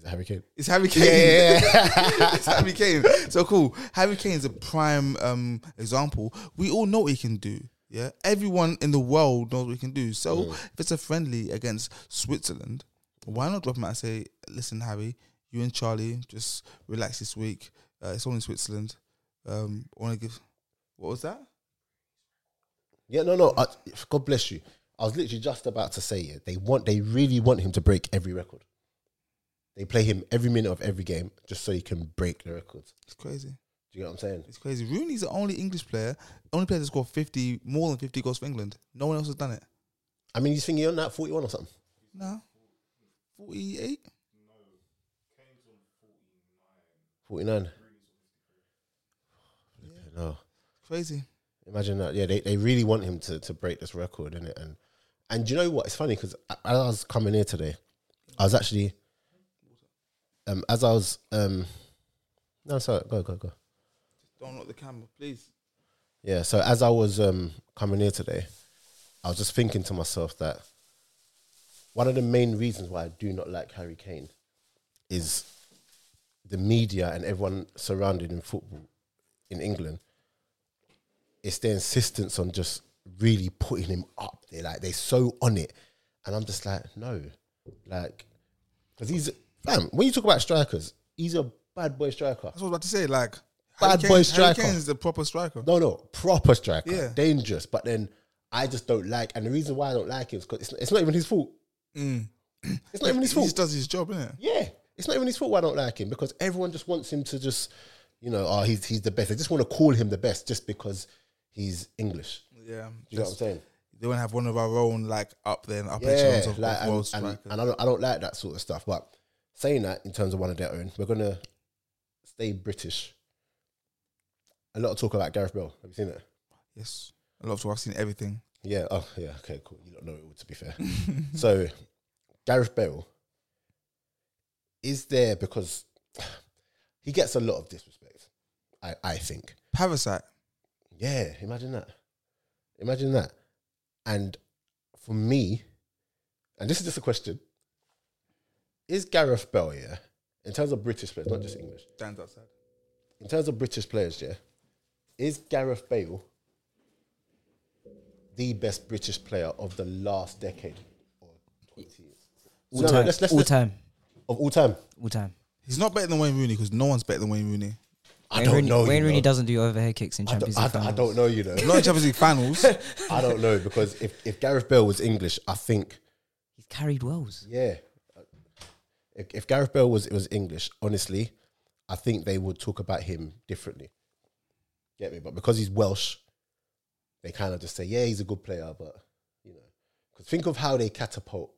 Speaker 2: Harry Kane.
Speaker 1: It's Harry Kane. it's Harry Kane. So cool. Harry Kane's a prime um, example. We all know what he can do. Yeah, everyone in the world knows what he can do. So if it's a friendly against Switzerland, why not drop him out and say, "Listen, Harry, you and Charlie just relax this week. Uh, it's only Switzerland. Um, I want to give. What was that?
Speaker 2: Yeah, no, no. I, God bless you. I was literally just about to say it. They want, they really want him to break every record. They play him every minute of every game just so he can break the records.
Speaker 1: It's crazy.
Speaker 2: Do you get what I'm saying?
Speaker 1: It's crazy. Rooney's the only English player, only player to score fifty more than fifty goals for England. No one else has done it.
Speaker 2: I mean, he's thinking on that 41 or something.
Speaker 1: No, forty-eight.
Speaker 2: 49. No,
Speaker 1: Crazy.
Speaker 2: imagine that. Yeah, they, they really want him to, to break this record, innit? And and you know what? It's funny because as I was coming here today, I was actually, um, as I was, um, no, sorry, go go go.
Speaker 1: Don't look the camera, please.
Speaker 2: Yeah, so as I was um, coming here today, I was just thinking to myself that one of the main reasons why I do not like Harry Kane is the media and everyone surrounded in football in England. It's their insistence on just really putting him up there, like they're so on it, and I'm just like, no, like, because he's fam. When you talk about strikers, he's a bad boy striker.
Speaker 1: That's what I was about to say. Like
Speaker 2: Bad
Speaker 1: Harry
Speaker 2: boy
Speaker 1: Kane-
Speaker 2: striker.
Speaker 1: Harry Kane's the proper striker.
Speaker 2: No, no, proper striker,
Speaker 1: Yeah.
Speaker 2: dangerous. But then I just don't like, and the reason why I don't like him is because it's, it's not even his fault. It's not even
Speaker 1: Mm.
Speaker 2: his
Speaker 1: he
Speaker 2: fault.
Speaker 1: just does his job, innit?
Speaker 2: Yeah, it's not even his fault. Why I don't like him because everyone just wants him to just, you know, oh, he's he's the best. They just want to call him the best just because he's English.
Speaker 1: Yeah,
Speaker 2: Do you know what I'm saying?
Speaker 1: they want to have one of our own, like up there, and up
Speaker 2: Yeah,
Speaker 1: echelons of,
Speaker 2: like,
Speaker 1: of world
Speaker 2: and, and,
Speaker 1: strikers.
Speaker 2: and I don't I don't like that sort of stuff. But saying that in terms of one of their own, we're gonna stay British. A lot of talk about Gareth Bell. Have you seen it?
Speaker 1: yes, I love to. I've seen everything.
Speaker 2: Yeah. Oh, yeah. Okay. Cool. You don't know it all. To be fair. so, Gareth Bale is there because he gets a lot of disrespect. I I think.
Speaker 1: Parasite.
Speaker 2: Yeah, imagine that. Imagine that. And for me, and this is just a question: Is Gareth Bell, yeah, in terms of British players, not just English,
Speaker 1: Stands outside.
Speaker 2: in terms of British players, yeah, is Gareth Bale the best British player of the last decade or twenty years?
Speaker 3: All
Speaker 2: No, no,
Speaker 3: time.
Speaker 2: let's- let's-
Speaker 3: all
Speaker 2: let's-
Speaker 3: time.
Speaker 2: Of all time?
Speaker 3: All time.
Speaker 1: He's not better than Wayne Rooney because no one's better than Wayne Rooney.
Speaker 2: I
Speaker 3: Wayne
Speaker 2: don't
Speaker 3: Rooney,
Speaker 2: know.
Speaker 3: Wayne
Speaker 2: you
Speaker 3: Rooney
Speaker 2: know.
Speaker 3: doesn't do overhead kicks in
Speaker 2: I don't-
Speaker 3: Champions
Speaker 2: I
Speaker 3: League.
Speaker 2: don't, I don't
Speaker 3: finals.
Speaker 2: know. You know.
Speaker 1: Not in Champions League finals.
Speaker 2: I don't know because if if Gareth Bale was English, I think.
Speaker 3: He's carried Wells.
Speaker 2: Yeah. If, if Gareth Bale was was English, honestly, I think they would talk about him differently. Get me? But because he's Welsh, they kind of just say, yeah, he's a good player, but you know, because think of how they catapult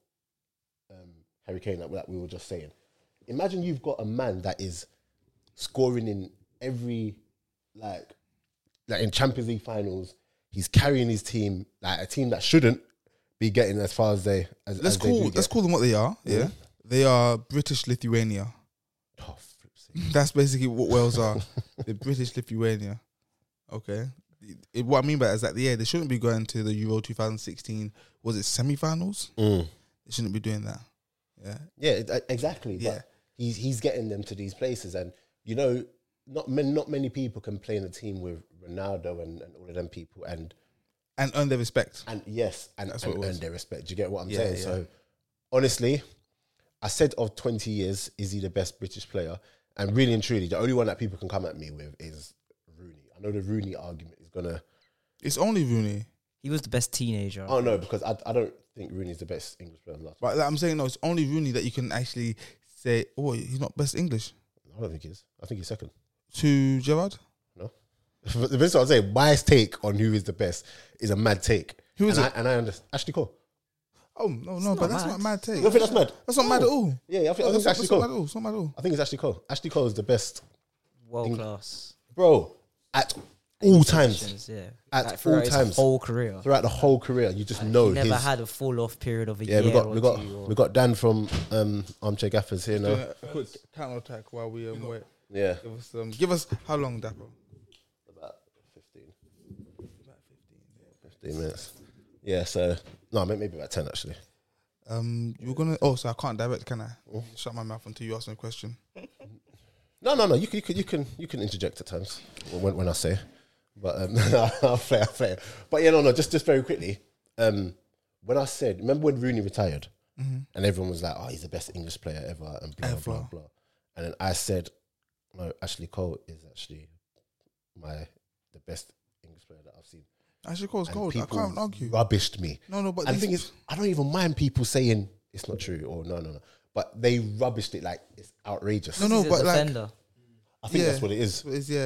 Speaker 2: um, Harry Kane, like, like we were just saying. Imagine you've got a man that is scoring in every like like in Champions League finals. He's carrying his team like a team that shouldn't be getting as far as they as
Speaker 1: let's
Speaker 2: as they do
Speaker 1: call
Speaker 2: get.
Speaker 1: let's call them what they are. Yeah, they are British Lithuania.
Speaker 2: Oh, flip's sake.
Speaker 1: That's basically what Wales are. the British Lithuania. Okay. It- what I mean by that is that yeah, they shouldn't be going to the Euro 2016. Was it semi-finals? They shouldn't be doing that. Yeah.
Speaker 2: Yeah, it- uh, exactly.
Speaker 1: Yeah.
Speaker 2: But he's he's getting them to these places, and you know, not man- not many people can play in a team with Ronaldo and, and all of them people, and
Speaker 1: And earn their respect.
Speaker 2: and yes, and
Speaker 1: That's
Speaker 2: and
Speaker 1: what it
Speaker 2: earn
Speaker 1: was.
Speaker 2: their respect. Do you get what I'm
Speaker 1: Yeah,
Speaker 2: saying?
Speaker 1: yeah.
Speaker 2: So honestly, I said of 20 years, is he the best British player? And really and truly, the only one that people can come at me with is Rooney. I know the Rooney argument is gonna.
Speaker 1: It's only Rooney.
Speaker 3: He was the best teenager.
Speaker 2: Oh no, because I, I don't think Rooney's the best English player. Of the last
Speaker 1: But like I'm saying no, it's only Rooney that you can actually say, oh, he's not best English
Speaker 2: I don't think he is. I think he's second.
Speaker 1: to Gerard.
Speaker 2: But the best I'm saying, my take on who is the best is a mad take.
Speaker 1: Who is
Speaker 2: and
Speaker 1: it?
Speaker 2: I, and I understand. Ashley Cole.
Speaker 1: Oh no, no,
Speaker 3: not
Speaker 1: but that's
Speaker 3: mad.
Speaker 1: not mad take.
Speaker 2: You don't think that's mad? Oh,
Speaker 1: That's not mad at all.
Speaker 2: Yeah, I think- I think
Speaker 1: that's,
Speaker 2: it's actually
Speaker 1: that's not
Speaker 2: cool.
Speaker 1: mad at all. It's not mad at all.
Speaker 2: I think it's Ashley Cole. Ashley Cole is the best,
Speaker 3: World class.
Speaker 2: bro, at all times.
Speaker 3: Positions, Yeah.
Speaker 2: At
Speaker 3: throughout
Speaker 2: all
Speaker 3: his
Speaker 2: times.
Speaker 3: Whole career.
Speaker 2: Throughout the whole career, you just know
Speaker 3: he never
Speaker 2: his.
Speaker 3: had a fall off period of a
Speaker 2: yeah,
Speaker 3: year.
Speaker 2: we got
Speaker 3: or
Speaker 2: we got
Speaker 3: two or-
Speaker 2: we got Dan from um, Armchair Gaffers here now.
Speaker 1: Yeah, a quick counter attack while we um, wait.
Speaker 2: Yeah,
Speaker 1: Give us um, give us how long, Dapper?
Speaker 2: about 15. 15 minutes. Yeah, so no, may- maybe about ten actually.
Speaker 1: Um, you're gonna. Oh, so I can't direct, can I?
Speaker 2: Oh.
Speaker 1: Shut my mouth until you ask me a question.
Speaker 2: No, no, no. You can, you can, you can, you can interject at times when, when I say, but um, I'll play, I'll play. But yeah, no, no. Just, just very quickly. Um, when I said, remember when Rooney retired, and everyone was like, "Oh, he's the best English player ever," and blah blah
Speaker 1: Ever.
Speaker 2: blah. And then I said, "No, Ashley Cole is actually my the best English player that I've seen."
Speaker 1: Actually, cause
Speaker 2: And
Speaker 1: cold. I
Speaker 2: people
Speaker 1: can't argue.
Speaker 2: Rubbished me.
Speaker 1: No, no, but
Speaker 2: And the
Speaker 1: these-
Speaker 2: thing is, I don't even mind people saying it's not true or no, no, no. But they rubbished it like it's outrageous.
Speaker 1: No, no,
Speaker 3: He's a
Speaker 1: but, like,
Speaker 3: defender.
Speaker 2: I think
Speaker 1: yeah.
Speaker 2: that's what it is.
Speaker 1: It's, yeah,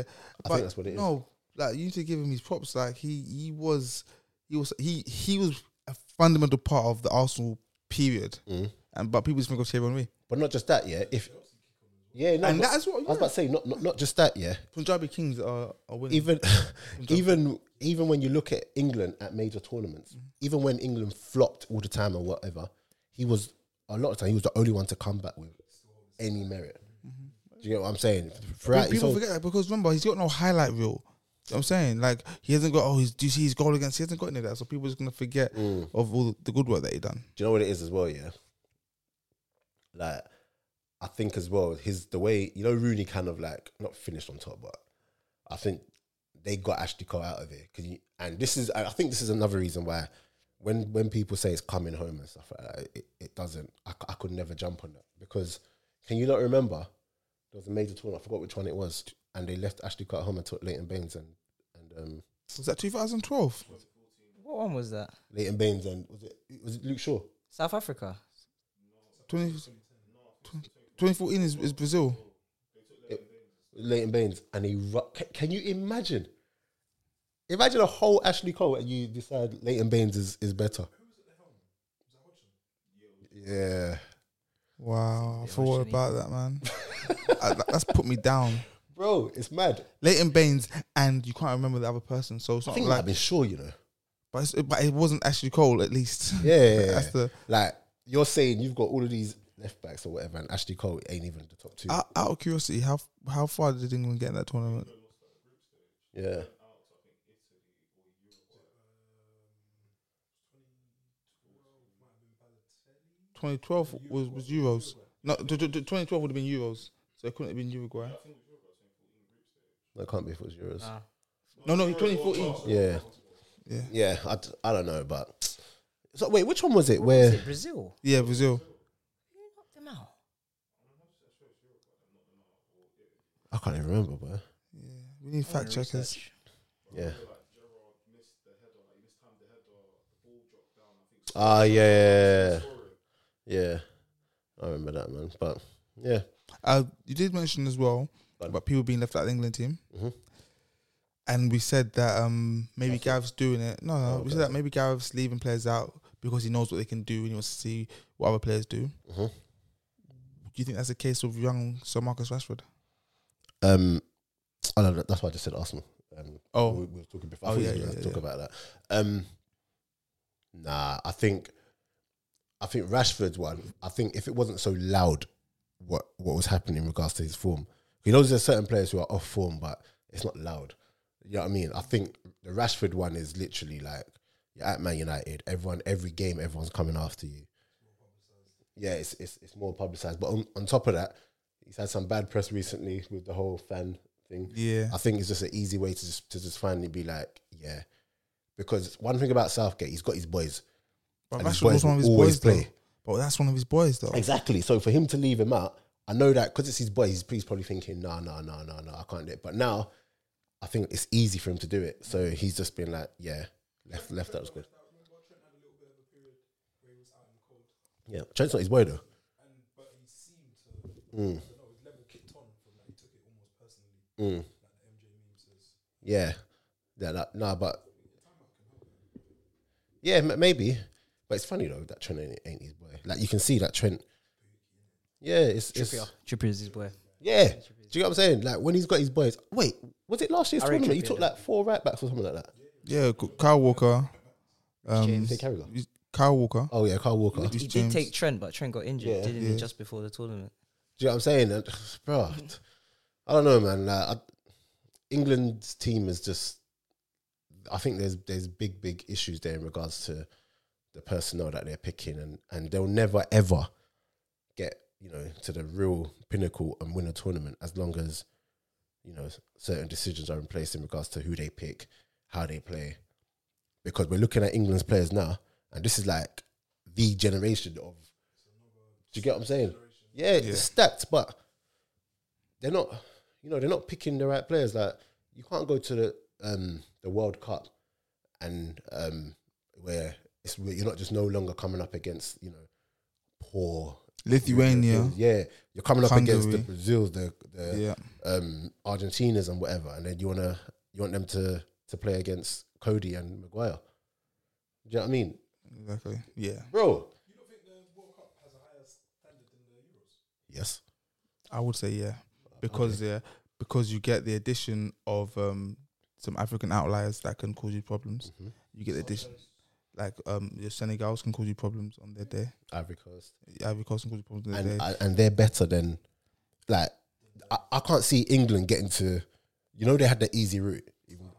Speaker 1: but
Speaker 2: I think that's what it is.
Speaker 1: No, like you need to give him his props. Like he, he was, he was, he, he was a fundamental part of the Arsenal period.
Speaker 2: Mm.
Speaker 1: And but people just think of Thierry Henry.
Speaker 2: But not just that, yeah. If yeah, no,
Speaker 1: And
Speaker 2: but-
Speaker 1: that's what-
Speaker 2: I was about to say. Not, not not just that, yeah.
Speaker 1: Punjabi Kings are, are winning.
Speaker 2: Even even even when you look at England at major tournaments, even when England flopped all the time or whatever, he was a lot of time he was the only one to come back with any merit. Do you get what I'm saying? Throughout his
Speaker 1: people
Speaker 2: whole-
Speaker 1: forget that because remember he's got no highlight reel. I'm saying like he hasn't got. Oh, he's, do you see his goal against? He hasn't got any of that. So people are just gonna forget
Speaker 2: Mm.
Speaker 1: of all the good work that he done.
Speaker 2: Do you know what it is as well? Yeah, like I think as well his the way you know Rooney kind of like not finished on top, but I think they got Ashley Cole out of it because and this is I I think this is another reason why when when people say it's coming home and stuff like that, it, it doesn't. I, c- I could never jump on that because can you not remember there was a major tournament? I forgot which one it was, and they left Ashley Cole at home and took Leighton Baines and and um,
Speaker 1: Was that 2012?
Speaker 3: What one was that?
Speaker 2: Leighton Baines and was it was it Luke Shaw?
Speaker 3: South Africa.
Speaker 1: 20, 2014 is, is Brazil.
Speaker 2: Leighton Baines, and he ru- can, can you imagine? Imagine a whole Ashley Cole, and you decide Leighton Baines is, is better. Yeah,
Speaker 1: Wow, I forgot
Speaker 3: watching it.
Speaker 1: about that, man. Uh, that- that's put me down.
Speaker 2: bro, it's mad.
Speaker 1: Leighton Baines and you can't remember the other person, so it's
Speaker 2: I
Speaker 1: not
Speaker 2: think
Speaker 1: like,
Speaker 2: I've been sure, you know.
Speaker 1: but, it's, but it wasn't Ashley Cole at least.
Speaker 2: Yeah, yeah, yeah.
Speaker 1: that's the
Speaker 2: like you're saying you've got all of these left backs or whatever, and Ashley Cole ain't even the top two.
Speaker 1: out, out of curiosity. How how far did England get in that tournament?
Speaker 2: yeah,
Speaker 1: Twenty twelve was was Euros. No, twenty twelve would have been Euros, so it couldn't have been Uruguay.
Speaker 2: that can't be if it was yours.
Speaker 3: Ah.
Speaker 1: No, no, twenty fourteen.
Speaker 2: Yeah,
Speaker 1: Yeah,
Speaker 2: yeah. I, d- I don't know, but so wait, which one was it? Where
Speaker 3: Is it Brazil?
Speaker 1: yeah, Brazil.
Speaker 3: Who knocked them out?
Speaker 2: I can't even remember, but
Speaker 1: Yeah, we need fact checkers.
Speaker 3: Research.
Speaker 2: yeah. Ah, yeah, yeah, yeah, yeah. I remember that, man. But yeah,
Speaker 1: Uh, you did mention as well
Speaker 2: Pardon?
Speaker 1: about people being left out of the England team.
Speaker 2: Mhm.
Speaker 1: And we said that um, maybe
Speaker 2: That's it.
Speaker 1: Gareth's doing it. No, no,
Speaker 2: Oh,
Speaker 1: we said
Speaker 2: okay.
Speaker 1: that maybe Gareth's leaving players out because he knows what they can do and he wants to see what other players do.
Speaker 2: Mhm.
Speaker 1: Do you think that's the case with young Sir Marcus Rashford?
Speaker 2: um, I don't know, that's why I just said Arsenal. Um,
Speaker 1: Oh.
Speaker 2: we, we were talking before.
Speaker 1: Oh,
Speaker 2: I thought
Speaker 1: yeah,
Speaker 2: we were
Speaker 1: yeah,
Speaker 2: gonna
Speaker 1: yeah,
Speaker 2: talk
Speaker 1: yeah.
Speaker 2: about that. Um, nah, I think, I think Rashford's one. I think if it wasn't so loud, what what was happening in regards to his form? He knows there's certain players who are off form, but it's not loud. You know what I mean? I think the Rashford one is literally like you're at Man United. Everyone, every game, everyone's coming after you. Yeah, it's it's, it's more publicized. But on, on top of that, he's had some bad press recently with the whole fan thing.
Speaker 1: Oh, Yeah.
Speaker 2: I think it's just an easy way to just to just finally be like, yeah. Because one thing about Southgate, he's got his boys.
Speaker 1: But
Speaker 2: And his
Speaker 1: Rashford was
Speaker 2: boys
Speaker 1: one of his
Speaker 2: will
Speaker 1: boys,
Speaker 2: always
Speaker 1: though.
Speaker 2: play.
Speaker 1: But that's one of his boys, though.
Speaker 2: Exactly. So for him to leave him out, I know that because it's his boys, he's- he's probably thinking, no, no, no, no, no, I can't do it. But now, I think it's easy for him to do it. So he's just been like, yeah, left left out was good. Yeah, Trent's not his boy though. Mm. Mm. Yeah, yeah, that, nah, but yeah, m- maybe. But it's funny though that Trent ain't, ain't his boy. Like you can see that Trent. Yeah, it's, it's
Speaker 3: Trippier. Trippier's his boy.
Speaker 2: yeah. Do you know what I'm saying? Like when he's got his boys. Wait, was it last year's
Speaker 3: I reckon
Speaker 2: tournament? He
Speaker 3: Trippier
Speaker 2: took
Speaker 3: did.
Speaker 2: like four right backs or something like that.
Speaker 1: Yeah, K- Kyle Walker. Um,
Speaker 2: Did he carry that?
Speaker 1: Kyle Walker.
Speaker 2: Oh yeah, Carl Walker. Do
Speaker 1: Reece
Speaker 3: He did
Speaker 1: James.
Speaker 3: take Trent, but Trent got injured,
Speaker 2: Yeah.
Speaker 3: didn't
Speaker 1: Yeah.
Speaker 3: he, just before the tournament?
Speaker 2: you know what I'm saying? And, bro, I don't know, man. Like, I, England's team is just. I think there's there's big big issues there in regards to the personnel that they're picking, and and they'll never ever get you know to the real pinnacle and win a tournament as long as you know certain decisions are in place in regards to who they pick, how they play, because we're looking at England's players now, and this is like the generation of. Do you get what I'm saying? Yeah,
Speaker 1: Yeah.
Speaker 2: it's stacked, but they're not. You know, they're not picking the right players. Like you can't go to the um, the World Cup and um, where it's where you're not just no longer coming up against you know poor
Speaker 1: Lithuania.
Speaker 2: yeah, you're coming up against the
Speaker 1: Hungary.
Speaker 2: Brazils, the, the
Speaker 1: Yeah.
Speaker 2: um, Argentinas, and whatever, and then you wanna you want them to to play against Cody and Maguire. Do you know what I mean,
Speaker 1: Exactly. Yeah.
Speaker 2: bro? Yes.
Speaker 1: I would say yeah, because yeah, because you get the addition of um, some African outliers that can cause you problems.
Speaker 2: Mhm.
Speaker 1: You get the addition, like um, your Senegals can cause you problems on their day.
Speaker 2: Ivory Coast,
Speaker 1: Ivory Coast can cause you problems on their
Speaker 2: and
Speaker 1: day.
Speaker 2: I, and they're better than like I, I can't see England getting to. You know, they had the easy route. Even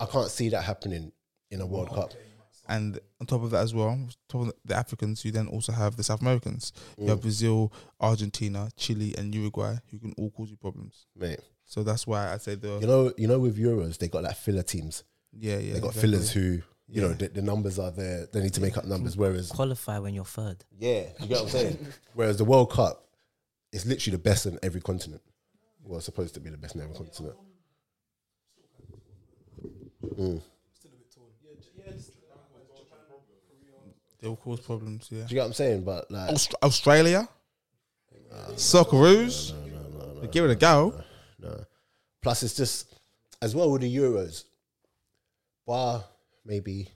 Speaker 2: I can't see that happening in a World Cup.
Speaker 1: And on top of that as well, on top of the Africans, you then also have the South Americans.
Speaker 2: Mm.
Speaker 1: You have Brazil, Argentina, Chile, and Uruguay, who can all cause you problems.
Speaker 2: Mate,
Speaker 1: So that's why I say the
Speaker 2: you know, you know, with Euros they got like filler teams.
Speaker 1: yeah yeah
Speaker 2: They got
Speaker 1: exactly.
Speaker 2: fillers who, you know, the, the numbers are there. They need to make up numbers. Whereas
Speaker 3: Qualify when you're third.
Speaker 2: Yeah, you get what I'm saying. Whereas the World Cup is literally the best in every continent. Well, it's supposed to be the best in every continent. Mm.
Speaker 1: They will cause problems. Yeah.
Speaker 2: Do you get what I'm saying? But like,
Speaker 1: Aust- Australia, Socceroos. Give it a go.
Speaker 2: no. Plus, it's just as well with the Euros, bar maybe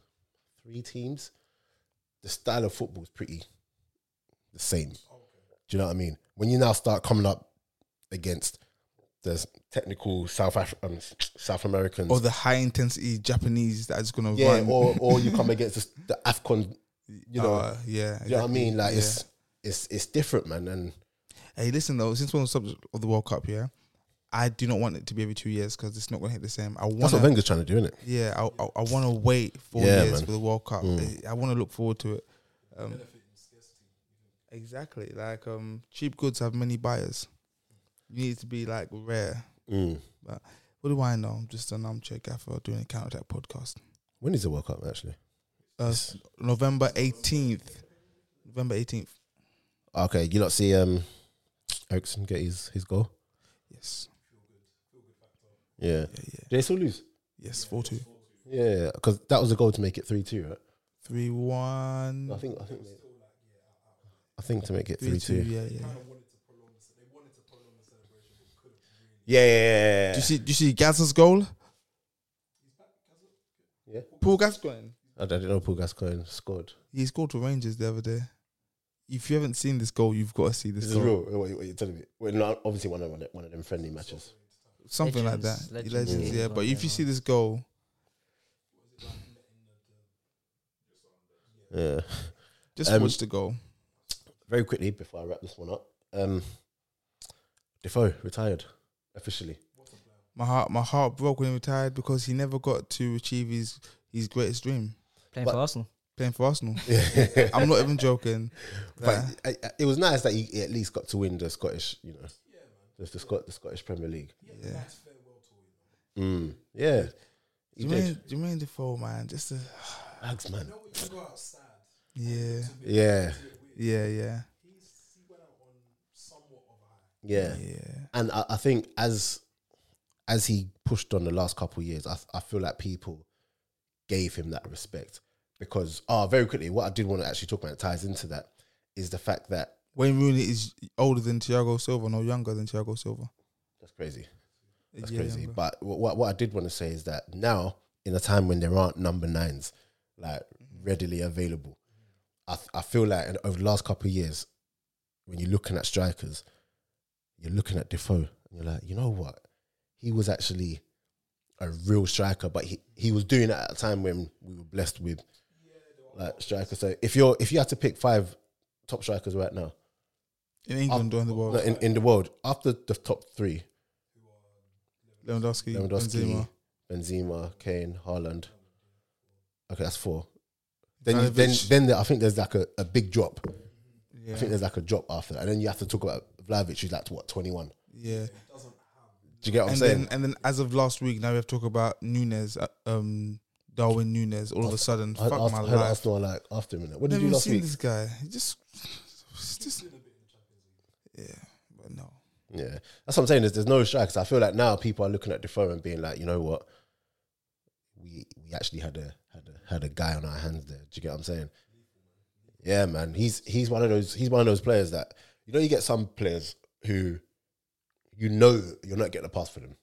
Speaker 2: three teams. The style of football is pretty the same. Do you know what I mean? When you now start coming up against the technical South Af- um, South Americans,
Speaker 1: Or the high intensity Japanese that is gonna
Speaker 2: yeah,
Speaker 1: run.
Speaker 2: or or you come against the, the Afcon. You know,
Speaker 1: Uh, yeah.
Speaker 2: you know what I mean? Like
Speaker 1: yeah.
Speaker 2: it's it's it's different, man. And
Speaker 1: Hey, listen though, since we're on the subject of the World Cup, yeah, I do not want it to be every two years because it's not gonna hit the same. I
Speaker 2: that's
Speaker 1: want.
Speaker 2: what Wenger's trying to do, isn't it?
Speaker 1: Yeah, I I, I want to wait four
Speaker 2: Yeah,
Speaker 1: years
Speaker 2: man. Mm.
Speaker 1: for the World Cup. Eh, I want to look forward to it. Um, exactly. Like um, cheap goods have many buyers. You need to be like rare.
Speaker 2: Mm.
Speaker 1: But what do I know? I'm just an armchair gaffer doing a counter attack podcast.
Speaker 2: When is the World Cup actually?
Speaker 1: Uh, s- November eighteenth. November eighteenth.
Speaker 2: Okay, you lot see um Ericsson get his his goal.
Speaker 1: Yes.
Speaker 2: Yeah.
Speaker 1: Yeah. Yeah.
Speaker 2: They still lose.
Speaker 1: Yes. Four two.
Speaker 2: Yeah, because that was the goal to make it three two, right?
Speaker 1: Three one.
Speaker 2: I think I think I think to make it
Speaker 1: Three
Speaker 2: three
Speaker 1: two.
Speaker 2: two.
Speaker 1: Yeah. Yeah.
Speaker 2: Yeah, yeah,
Speaker 1: Do you see? Do you see Gazza's goal?
Speaker 2: Yeah.
Speaker 1: Paul Gascoigne.
Speaker 2: I didn't know Paul Gascoigne scored.
Speaker 1: He scored for Rangers the other day. If you haven't seen this goal, you've got to see this,
Speaker 2: This is
Speaker 1: goal.
Speaker 2: real. What, you- what you're telling me? Well, not obviously one of them- one of them friendly matches.
Speaker 1: Something
Speaker 3: Legends,
Speaker 1: like that.
Speaker 3: legends,
Speaker 1: Legends,
Speaker 2: yeah.
Speaker 1: yeah. But if you see this goal,
Speaker 2: Yeah.
Speaker 1: just
Speaker 2: Um,
Speaker 1: watch the goal.
Speaker 2: very quickly before I wrap this one up. Um, Defoe retired officially.
Speaker 1: My heart, my heart broke when he retired because he never got to achieve his his greatest dream,
Speaker 3: Playing
Speaker 2: But-
Speaker 3: for Arsenal.
Speaker 1: playing for Arsenal.
Speaker 2: but
Speaker 1: I'm not even joking. Like,
Speaker 2: I, I- it was nice that he, he at least got to win the Scottish, you know, the, the, Scot- the Scottish Premier League.
Speaker 1: yeah.
Speaker 2: Mm. Yeah, he did.
Speaker 1: Jermaine, Jermaine Defoe, man, just a,
Speaker 2: Bags, man.
Speaker 1: yeah,
Speaker 2: Yeah,
Speaker 1: yeah, yeah,
Speaker 2: yeah.
Speaker 1: yeah,
Speaker 2: And I, I think as as he pushed on the last couple of years, I, I feel like people gave him that respect because ah, very quickly, what I did want to actually talk about ties into that is the fact that
Speaker 1: Wayne Rooney is older than Thiago Silva, no younger than Thiago Silva.
Speaker 2: that's crazy.
Speaker 1: A
Speaker 2: That's
Speaker 1: year
Speaker 2: crazy.
Speaker 1: younger.
Speaker 2: But wh- what what I did want to say is that now, in a time when there aren't number nines like
Speaker 1: Mm.
Speaker 2: readily available, I th- I feel like in- over the last couple of years, when you're looking at strikers, you're looking at Defoe and you're like, you know what, he was actually a real striker, but he he was doing it at a time when we were blessed with like strikers. So if you're if you had to pick five top strikers right now
Speaker 1: in England during the
Speaker 2: no,
Speaker 1: world,
Speaker 2: in, in the world after the top three,
Speaker 1: Lewandowski,
Speaker 2: Lewandowski,
Speaker 1: Benzema.
Speaker 2: Benzema, Kane, Haaland. Okay, that's four. Then, you, then,
Speaker 1: Vlahovic.
Speaker 2: then there, I think there's like a, a big drop. I think
Speaker 1: Yeah,
Speaker 2: there's like a drop after that. And then you have to talk about Vlahovic, who's like, what, 21? Do
Speaker 1: yeah.
Speaker 2: you get what I'm
Speaker 1: and
Speaker 2: saying?
Speaker 1: then and then as of last week, now we have to talk about Nunes, uh, um, Darwin Nunes. All of a sudden,
Speaker 2: I,
Speaker 1: fuck
Speaker 2: I,
Speaker 1: my
Speaker 2: I heard
Speaker 1: life.
Speaker 2: Arsenal are like after him. innit? What
Speaker 1: Never
Speaker 2: did you
Speaker 1: even
Speaker 2: last
Speaker 1: seen
Speaker 2: week?
Speaker 1: this guy. He just, it's just, yeah, but no.
Speaker 2: Yeah, that's what I'm saying. Is there's no strikers. I feel like now people are looking at Defoe and being like, you know what, we we actually had a had a had a guy on our hands there. Do you get what I'm saying? Yeah, man. He's he's one of those he's one of those players that you know you get some players who you know you're not getting a pass for them.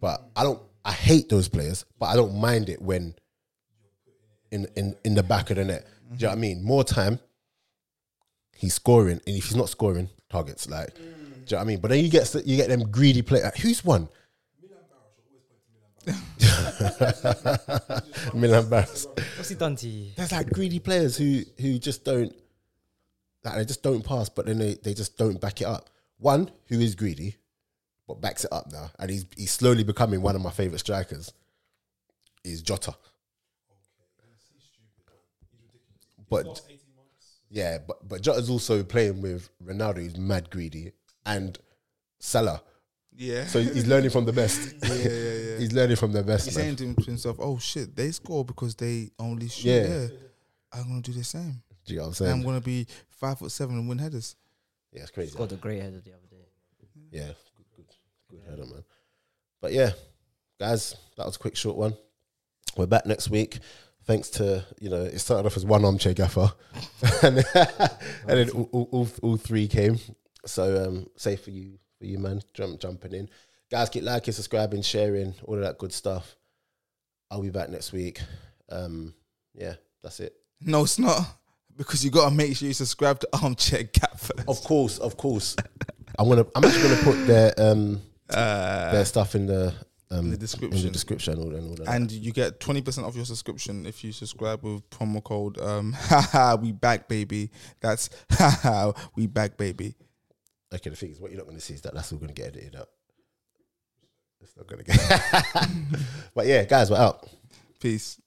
Speaker 2: But I don't. I hate those players, but I don't mind it when in in in the back of the net. Do you know what I mean? More time, he's scoring, and if he's not scoring, targets like. Do you know what I mean? But then you get you get them greedy players. Who's one? Milan Barros.
Speaker 3: What's he done to you?
Speaker 2: There's like greedy players who who just don't like they just don't pass, but then they, they just don't back it up. One who is greedy, but backs it up now, and he's he's slowly becoming one of my favorite strikers. is Jota. But yeah, but but Jota's also playing with Ronaldo, who's mad greedy, and Salah.
Speaker 1: Yeah.
Speaker 2: So he's learning from the best.
Speaker 1: yeah, yeah, yeah.
Speaker 2: he's learning from the best.
Speaker 1: He's
Speaker 2: man.
Speaker 1: saying to him- to himself, "Oh shit, they score because they only shoot."
Speaker 2: Yeah.
Speaker 1: Yeah. I'm gonna do the same.
Speaker 2: Do you know what I'm
Speaker 1: And
Speaker 2: saying?
Speaker 1: I'm gonna be five foot seven and win headers.
Speaker 2: yeah, it's crazy.
Speaker 3: Scored a great header the other day.
Speaker 2: Yeah, good, good, good header, man. But yeah, guys, that was a quick, short one. We're back next week. Thanks to you know, it started off as one armchair gaffer, and, and then all, all, all, all three came. So um, safe for you, for you, man. Jump, jumping in, guys. Keep liking, subscribing, sharing, all of that good stuff. I'll be back next week. Um, yeah, that's it.
Speaker 1: No, it's not because you gotta make sure you subscribe to Armchair Gap first.
Speaker 2: Of course, of course. I'm gonna. I'm actually gonna put their um,
Speaker 1: Uh,
Speaker 2: their stuff in the
Speaker 1: in the
Speaker 2: um, in the
Speaker 1: description.
Speaker 2: description all, and all that.
Speaker 1: and you get 20% off your subscription if you subscribe with promo code um haha we back baby that's haha we back baby
Speaker 2: okay, the thing is, what you're not going to see is that that's all going to get edited out. It's not going to get. but yeah, guys, we're out.
Speaker 1: peace